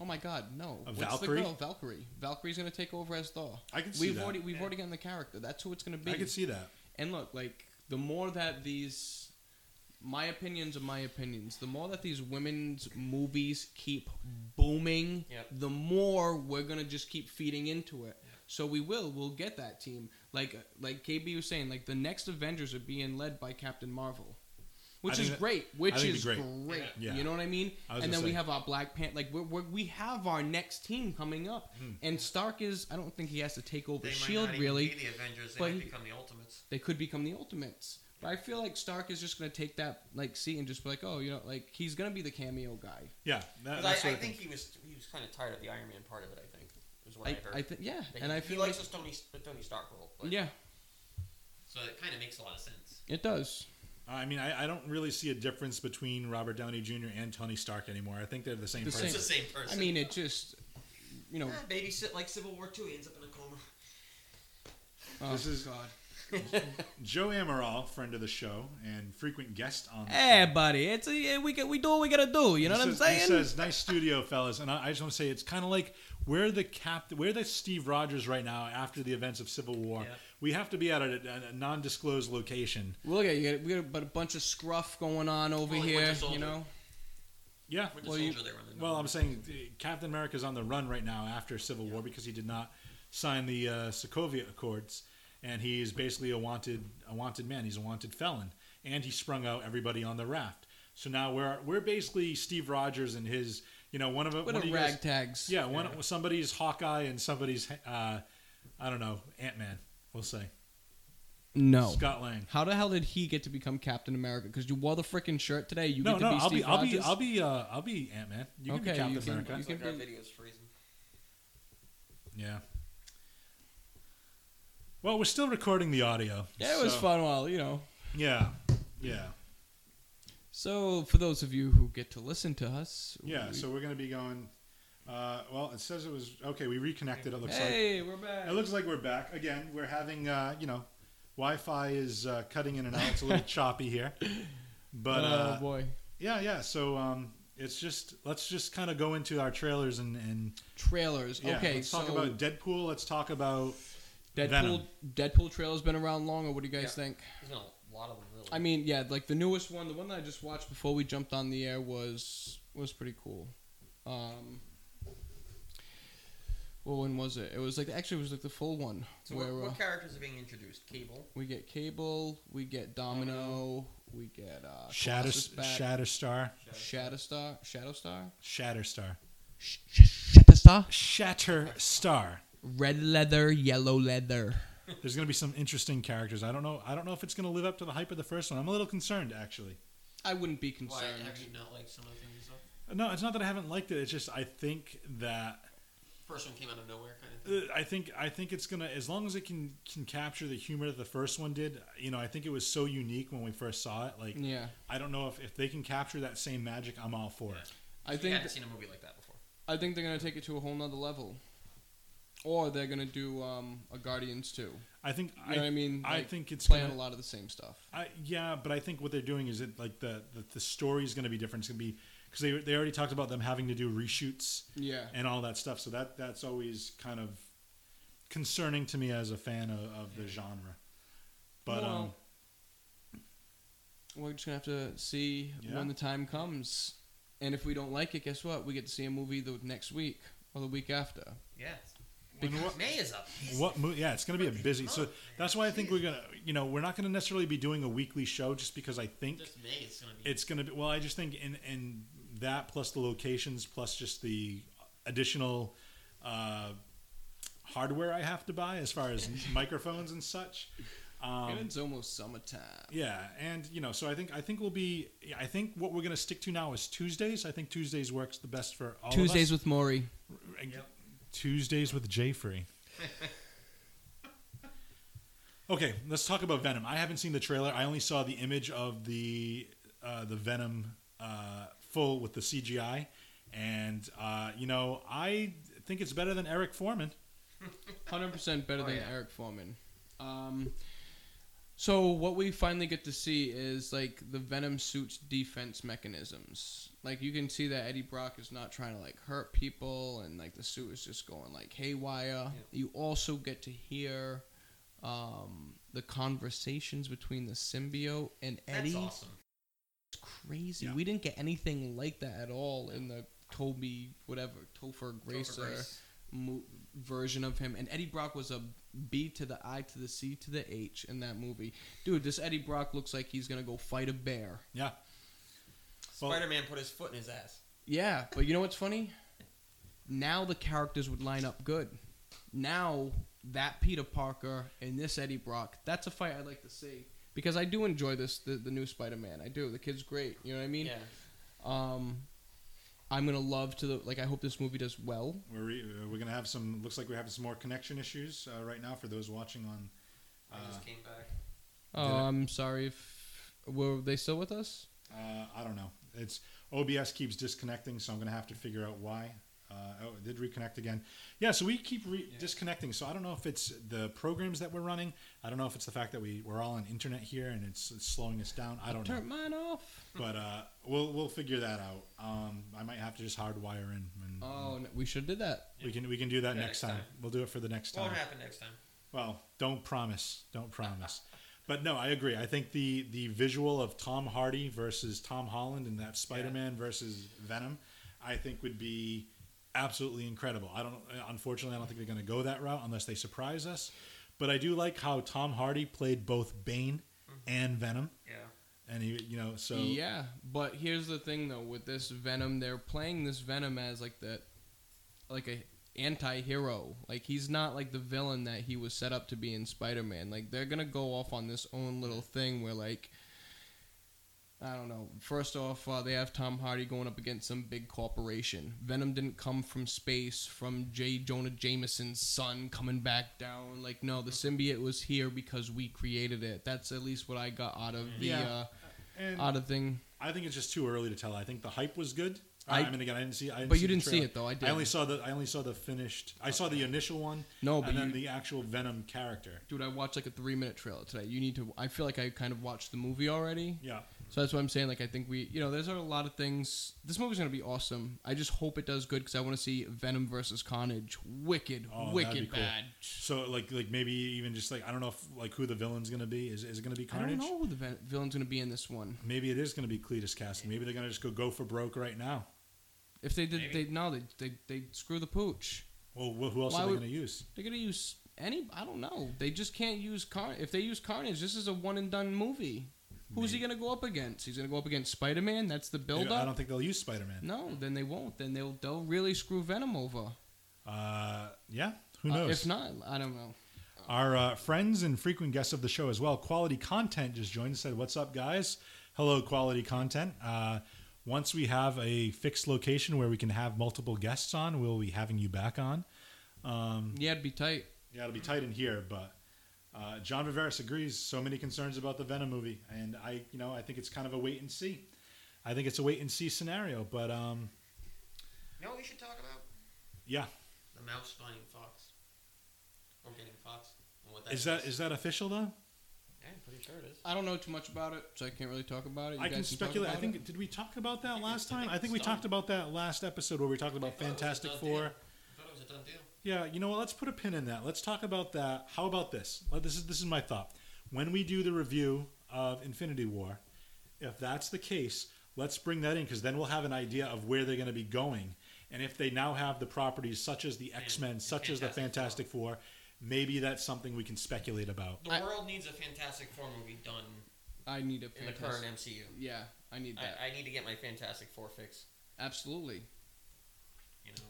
Oh my God, no!
A
What's
Valkyrie?
The girl? Valkyrie. Valkyrie's gonna take over as Thor.
I can see
we've
that.
already we've
Yeah.
already gotten the character. That's who it's gonna be.
I could see that.
And look, like the more that these my opinions are my opinions, the more that these women's movies keep booming,
Yep.
the more we're gonna just keep feeding into it. So we will, we'll get that team. Like uh, like KB was saying, like the next Avengers are being led by Captain Marvel. Which
think
is
that-
great.
I
Which
think
is
it'd be
great.
great. Yeah.
You know what I mean?
I was
and then
gonna
we
say.
have our Black Panther. Like we're, we're, we have our next team coming up,
Hmm.
and Stark is. I don't think he has to take over
They
Shield
might
E
not
really.
even be the Avengers. They
but
might
he-
become the Ultimates.
they could become the ultimates. But I feel like Stark is just gonna take that like seat and just be like, oh, you know, like he's gonna be the cameo guy.
Yeah, that,
'Cause I, I
that's what
think, he was he was kind of tired of the Iron Man part of it. I think is what I,
I,
heard.
I think yeah,
That
and
he,
I
he
feel like Mm.
likes his Tony the Tony Stark role. But,
yeah,
So it kind of makes a lot of sense.
it does.
I mean, I, I don't really see a difference between Robert Downey Jr. and Tony Stark anymore. I think they're the same
The
person.
It's the same
I
person.
mean, it just you know,
Ah, baby, sit like Civil War Two. He ends up in a coma.
oh,
This is-
God.
Joe Amaral, friend of the show and frequent guest on. The show.
Hey, buddy, it's a, we we do what we gotta do. You know what
He
I'm
says-
saying?
He says, "Nice studio, fellas," and I, I just want to say it's kind of like we're the cap, we're the Steve Rogers right now after the events of Civil War.
Yeah.
We have to be at a, a, a non-disclosed location.
Look at you, got- we got about a bunch of scruff going on over
Well, he
here.
went to
You
Soldier.
know,
Yeah.
Winter
Well,
you-
Soldier, they were in the
well,
middle.
I'm saying uh, Captain America's on the run right now after Civil War because he did not sign the uh, Sokovia Accords, and he is basically a wanted a wanted man. He's a wanted felon, and he sprung out everybody on the raft. So now we're we're basically Steve Rogers and his. You know, one of
what
one
a
of you guys-
ragtags.
Yeah, one somebody's Hawkeye and somebody's uh, I don't know Ant Man. We'll say
No.
Scott Lang.
How the hell did he get to become Captain America? Because you wore the freaking shirt today. You
No,
get to
no,
be
I'll
Steve
be, I'll be,
Rogers?
I'll be, uh, I'll be Ant Man. You
Okay,
can be
you
Captain
can-
America.
you
It's like
can
our
be-
video's freezing.
Yeah. Well, we're still recording the audio.
Yeah, it was
so-
fun while, you know.
Yeah, yeah,
So, for those of you who get to listen to us,
yeah.
we-
So we're gonna be going. Uh, well, it says it was okay. We reconnected. It looks
hey, we're back.
like it looks like we're back again. We're having, uh, you know, Wi-Fi is uh, cutting in and out. It's a little choppy here, but uh,
oh boy,
Yeah, yeah. So um, it's just let's just kind of go into our trailers and and
trailers.
yeah,
okay,
let's
so
talk about Deadpool. Let's talk about
Deadpool.
Venom.
Deadpool trailer's been around long, or what do you guys
Yeah.
think?
There's been a lot of them really.
I mean, yeah, like the newest one, the one that I just watched before we jumped on the air was was pretty cool. Um, well, when was it? It was like actually it was like the full one
so
where
what,
uh,
what characters are being introduced? Cable.
we get Cable, we get Domino, we get uh,
Shatter
Colossus back,
Shatterstar,
Shatterstar, Shadowstar,
Shatterstar,
Shatterstar.
Shatterstar.
Red leather, yellow leather.
There's gonna be some interesting characters. I don't know. I don't know if it's gonna live up to the hype of the first one. I'm a little concerned actually.
I wouldn't be
Why
concerned.
have you not liked some of the things you saw?
No, it's not that I haven't liked it. It's just I think that
First one came out of nowhere, kind of
uh,
thing.
I think I think it's gonna as long as it can can capture the humor that the first one did. You know, I think it was so unique when we first saw it. Like
Yeah,
I don't know if, if they can capture that same magic, I'm all for it.
I
I
think
hadn't seen a movie like that before.
I think they're gonna take it to a whole nother level, or they're gonna do um, a Guardians too.
I think
You know what I mean?
I
Like,
think it's
Playing
gonna,
a lot of the same stuff.
I, yeah, but I think what they're doing is it like the the, the story is going to be different. It's going to be because they they already talked about them having to do reshoots
Yeah,
and all that stuff. So that that's always kind of concerning to me as a fan of, of the genre. But um,
Well, we're just gonna have to see
Yeah.
when the time comes, and if we don't like it, guess what? We get to see a movie the next week or the week after.
Yeah.
Because-
Because May is up.
what mo- yeah, it's going to be a busy. So that's why I think we're gonna you know we're not going to necessarily be doing a weekly show just because I think
Just May is gonna be.
it's going to be well. I just think in in that plus the locations plus just the additional uh, hardware I have to buy as far as microphones and such. Um,
and it's almost summertime.
Yeah, and you know, so I think I think we'll be. yeah, I think what we're gonna stick to now is Tuesdays. I think Tuesdays works the best for all
Tuesdays
Of
with Maury.
us. Tuesdays with J Free. okay, let's talk about Venom. I haven't seen the trailer. I only saw the image of the uh, the Venom uh, full with the CGI, and uh, you know, I think it's better than Eric Foreman.
Hundred percent better
Oh,
than
yeah.
Eric Foreman. Um, so what we finally get to see is like the Venom suit's defense mechanisms. Like you can see that Eddie Brock is not trying to like hurt people, and like the suit is just going like haywire. You also get to hear um, the conversations between the symbiote and Eddie.
That's awesome.
It's crazy.
Yeah.
We didn't get anything like that at all in the Toby whatever Topher Gracer
Grace.
mo- version of him. And Eddie Brock was a B to the I to the C to the H in that movie. Dude, this Eddie Brock looks like he's gonna go fight a bear.
Yeah, Well-
Spider Man put his foot in his ass.
Yeah, but you know what's funny? Now the characters would line up good. Now that Peter Parker and this Eddie Brock, that's a fight I'd like to see because I do enjoy this the, the new Spider-Man. I do. The kid's great. You know what I mean?
Yeah.
Um, I'm gonna love to the like. I hope this movie does well.
we're re- uh, we're gonna have some. Looks like we're having some more connection issues uh, right now for those watching on.
I just came back.
Oh,
Did it-
I'm sorry if were they still with us?
Uh, I don't know. It's OBS keeps disconnecting, so I'm going to have to figure out why. Uh, oh, it did reconnect again. Yeah, so we keep re- disconnecting. So I don't know if it's the programs that we're running. I don't know if it's the fact that we we're all on internet here and it's, it's slowing us down. I don't know,
Turn mine off.
but uh, we'll we'll figure that out. Um, I might have to just hardwire in. And
Oh, no, we should have did that.
we can we can do that
Yeah,
next
next
time.
time.
We'll do it for the next time.
Won't happen next time.
Well, don't promise. Don't promise. but no, I agree. I think the the visual of Tom Hardy versus Tom Holland and that Spider Man versus Venom, I think would be absolutely incredible. I don't. Unfortunately, I don't think they're going to go that route unless they surprise us. But I do like how Tom Hardy played both Bane and Venom,
Yeah.
and he, you know, so
yeah, but here's the thing though. With this Venom, they're playing this Venom as like the, like a anti-hero. Like he's not like the villain that he was set up to be in Spider-Man. Like they're gonna go off on this own little thing where like. I don't know. First off, uh, they have Tom Hardy going up against some big corporation. Venom didn't come from space from J. Jonah Jameson's son coming back down. Like, no, the symbiote was here because we created it. That's at least what I got out of the
Yeah.
uh,
And
odd thing.
I think it's just too early to tell. I think the hype was good. I,
I-
I mean, again, I didn't see. I didn't
But you
the
didn't see
trailer.
it, though. I
I only
did.
saw the. I only saw the finished. I saw the initial one.
No, but
and then
you-
the actual Venom character.
Dude, I watched like a three minute trailer today. You need to. I feel like I kind of watched the movie already.
Yeah,
So that's what I'm saying. Like, I think we, you know, there's a lot of things. This movie's going to be awesome. I just hope it does good because I want to see Venom versus Carnage. Wicked,
Oh, that'd
wicked
be cool.
bad.
So like like maybe even just like I don't know if like who the villain's gonna be. Is is it gonna be
I don't
Carnage?
know who the ven- villain's going to be in this one.
Maybe it is gonna be Cletus Cassidy. Maybe they're gonna just go go for broke right now.
If they did, they no, they they they screw the pooch.
Well, wh- who else
Why
are they
would-
gonna use?
They're going to use any. I don't know. They just can't use Car. If they use Carnage, this is a one and done movie. Who's he going to go up against? He's going to go up against Spider Man. That's the
They
build
don't-
up.
I don't think they'll use Spider Man.
No, then they won't. Then they'll they'll really screw Venom over.
Uh, yeah, who
Uh,
knows?
if not, I don't know.
Our uh, friends and frequent guests of the show as well, Quality Content just joined and said, What's up, guys? Hello, Quality Content. Uh, once we have a fixed location where we can have multiple guests on, we'll be having you back on. Hmm.
Yeah, it'd be tight.
Yeah, it'll be tight in here, but uh, John Viveris agrees. So many concerns about the Venom movie, and I, you know, I think it's kind of a wait and see. I think it's a wait and see scenario, but um,
You know what we should talk about?
yeah,
The mouse buying Fox. Or getting Fox. And what that
is that is that official though?
Yeah, I'm pretty sure it is.
I don't know too much about it, so I can't really talk about it. You
I can
guys talk
speculate. I
about
think
it?
did we talk about that last time? I think
it's
we
done.
talked about that last episode where we talked about
I thought it was a
Fantastic
done
Four.
deal. I thought it was a done deal.
Yeah, you know what? Let's put a pin in that. Let's talk about that. How about this? Let- This is this is my thought. When we do the review of Infinity War, if that's the case, let's bring that in because then we'll have an idea of where they're going to be going, and if they now have the properties such as the X Men, such as the Fantastic
Fantastic
Four, maybe that's something we can speculate about.
The
I-
world needs a Fantastic Four movie done
I need a
in the
fantastic.
current MCU.
yeah, I need that.
I, I need to get my Fantastic Four fix.
Absolutely.
You know,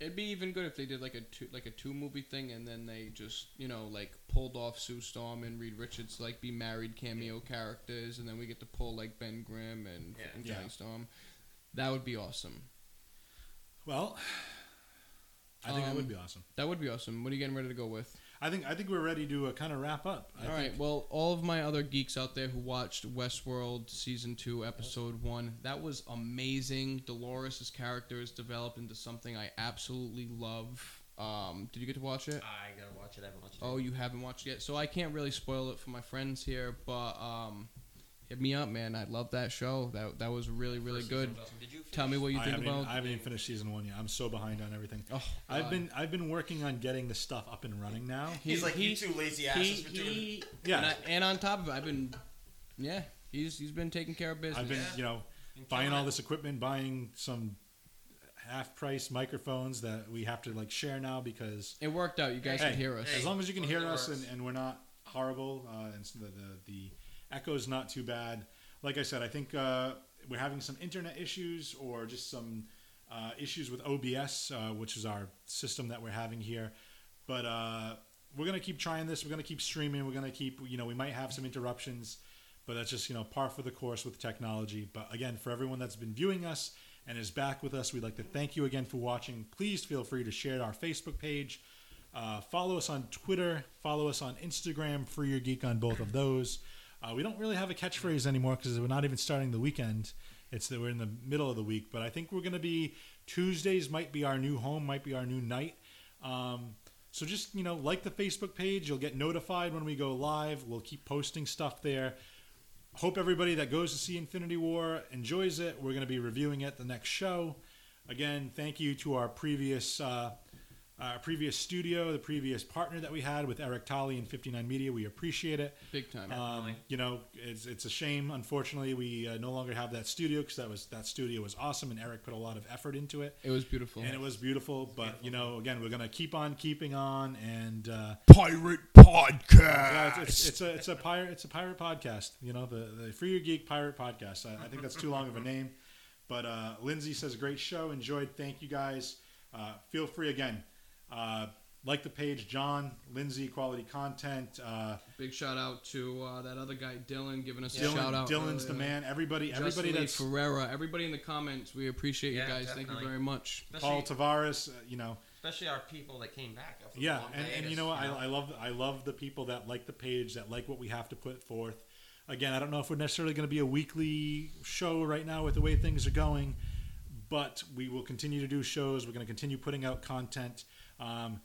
It'd be even good if they did like a two, like a two movie thing, and then they just you know like pulled off Sue Storm and Reed Richards to, like be married cameo characters, and then we get to pull like Ben Grimm and,
Yeah.
and
Yeah.
Johnny Storm. That would be awesome.
Well, I think that
Um,
would be awesome.
That would be awesome. What are you getting ready to go with?
I think I think we're ready to uh, kind of wrap up. I
all
think-
right. Well, all of my other geeks out there who watched Westworld season two, episode one, that was amazing. Dolores' character is developed into something I absolutely love. Um, did you get to watch it?
I gotta watch it. I haven't watched it.
Oh, you haven't watched it yet, so I can't really spoil it for my friends here. But um, hit me up, man. I love that show. That that was really really
First
good.
season's awesome. Did you
Tell me
finish-
what you
I
think
haven't, even,
about.
I haven't even finished season one yet. I'm so behind on everything.
Oh,
I've
God.
been I've been working on getting the stuff up and running now.
He-
He's like,
he-
you two lazy
he,
asses for doing it."
he,
Yeah.
and, I, and on top of it, I've been, yeah, he's he's been taking care of business.
I've been
Yeah.
you know
And
buying
killing
all
it.
this equipment, buying some half price microphones that we have to like share now because
it worked out. You guys
hey,
can hear us.
as long as you can
Hey,
hear us
works.
and, and we're not horrible uh, and so the, the the echo's not too bad. Like I said, I think uh, we're having some internet issues or just some uh, issues with OBS, uh, which is our system that we're having here. But uh, we're gonna keep trying this. We're gonna keep streaming. We're gonna keep you know we might have some interruptions, but that's just you know par for the course with technology. But again, for everyone that's been viewing us and is back with us, we'd like to thank you again for watching. Please feel free to share our Facebook page. Uh, follow us on Twitter. Follow us on Instagram. Free your geek on both of those. Uh, we don't really have a catchphrase anymore because we're not even starting the weekend. It's that we're in the middle of the week, but I think we're going to be Tuesdays might be our new home, might be our new night. Um, so just you know, like the Facebook page. You'll get notified when we go live. We'll keep posting stuff there. Hope everybody that goes to see Infinity War enjoys it. We're going to be reviewing it the next show. Again, thank you to our previous uh, our previous studio, the previous partner that we had with Eric Tolley and 59 Media. We appreciate it.
Big time.
Um, you know, it's it's a shame. Unfortunately, we uh, no longer have that studio because that was that studio was awesome, and Eric put a lot of effort into it,
it was beautiful.
and it was beautiful. But you know, again, we're gonna keep on keeping on, and uh,
Pirate
yeah,
Podcast.
it's, it's, it's a it's a pirate it's a pirate podcast. You know, the the Free Your Geek Pirate Podcast. I, I think that's too long of a name, but uh, Lindsay says great show, enjoyed. Thank you guys. Uh, feel free again. Uh, like the page, John, Lindsay, quality content. Uh,
Big shout out to uh, that other guy, Dylan, giving us a
Dylan,
shout out.
Dylan's the
earlier.
man. Everybody,
Everybody
everybody that's
Ferreira, everybody in the comments, we appreciate
Yeah,
you guys. Thank
definitely.
you very much.
Paul
Especially,
Tavares. Uh, you know,
especially our people that came back. After the
yeah,
long
and, and
hiatus,
you know what? I, I love I love the people that like the page that like what we have to put forth. Again, I don't know if we're necessarily going to be a weekly show right now with the way things are going, but we will continue to do shows. We're going to continue putting out content, um,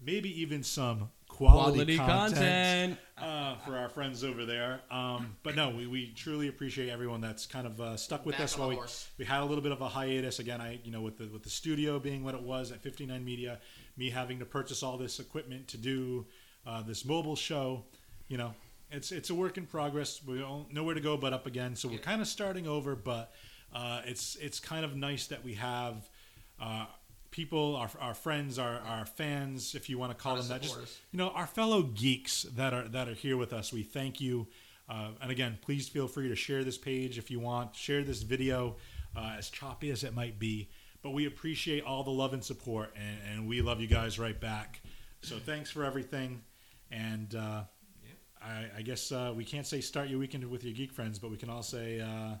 maybe even some quality, content uh, for our friends over there. Um, but no, we, we truly appreciate everyone that's kind of uh, stuck with
Back
us
on
while
the
we,
horse.
we had a little bit of a hiatus. Again, I you know with the with the studio being what it was at 59 Media, me having to purchase all this equipment to do uh, this mobile show. You know, it's it's a work in progress. We don't nowhere to go but up again. So we're kind of starting over, but uh, it's it's kind of nice that we have. Uh, People, our, our friends, our, our fans, if you want to call
Our
them that, just
supporters.
you know our fellow geeks that are that are here with us we thank you uh, and again please feel free to share this page if you want share this video uh, as choppy as it might be but we appreciate all the love and support and, and we love you guys right back so thanks for everything and uh, I, I guess uh, we can't say start your weekend with your geek friends but we can all say uh,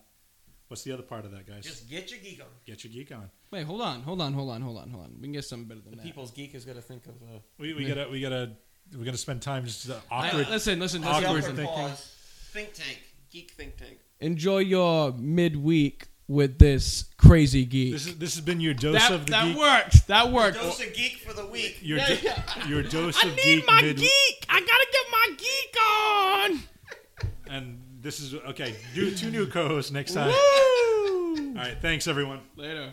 what's the other part of that guys
Just get your geek on.
get your geek on
Wait, hold on, hold on, hold on, hold on, hold on. We can get something better than that.
People's geek has got to think of uh,
we, we gotta we gotta we're gonna spend time just uh,
I-
awkward
listen, listen,
awkward
listen,
thinking.
listen.
Pause. Think tank. Geek think tank.
Enjoy your midweek with this crazy geek.
this, is, this has been your dose
that
of the
that
geek
worked. That worked.
Dose of geek for the week.
Your, do- your dose
I
of
need
geek,
my
mid-
geek. I gotta get my geek on.
and this is okay. Do two new co-hosts next time.
Woo!
All right, thanks everyone.
Later.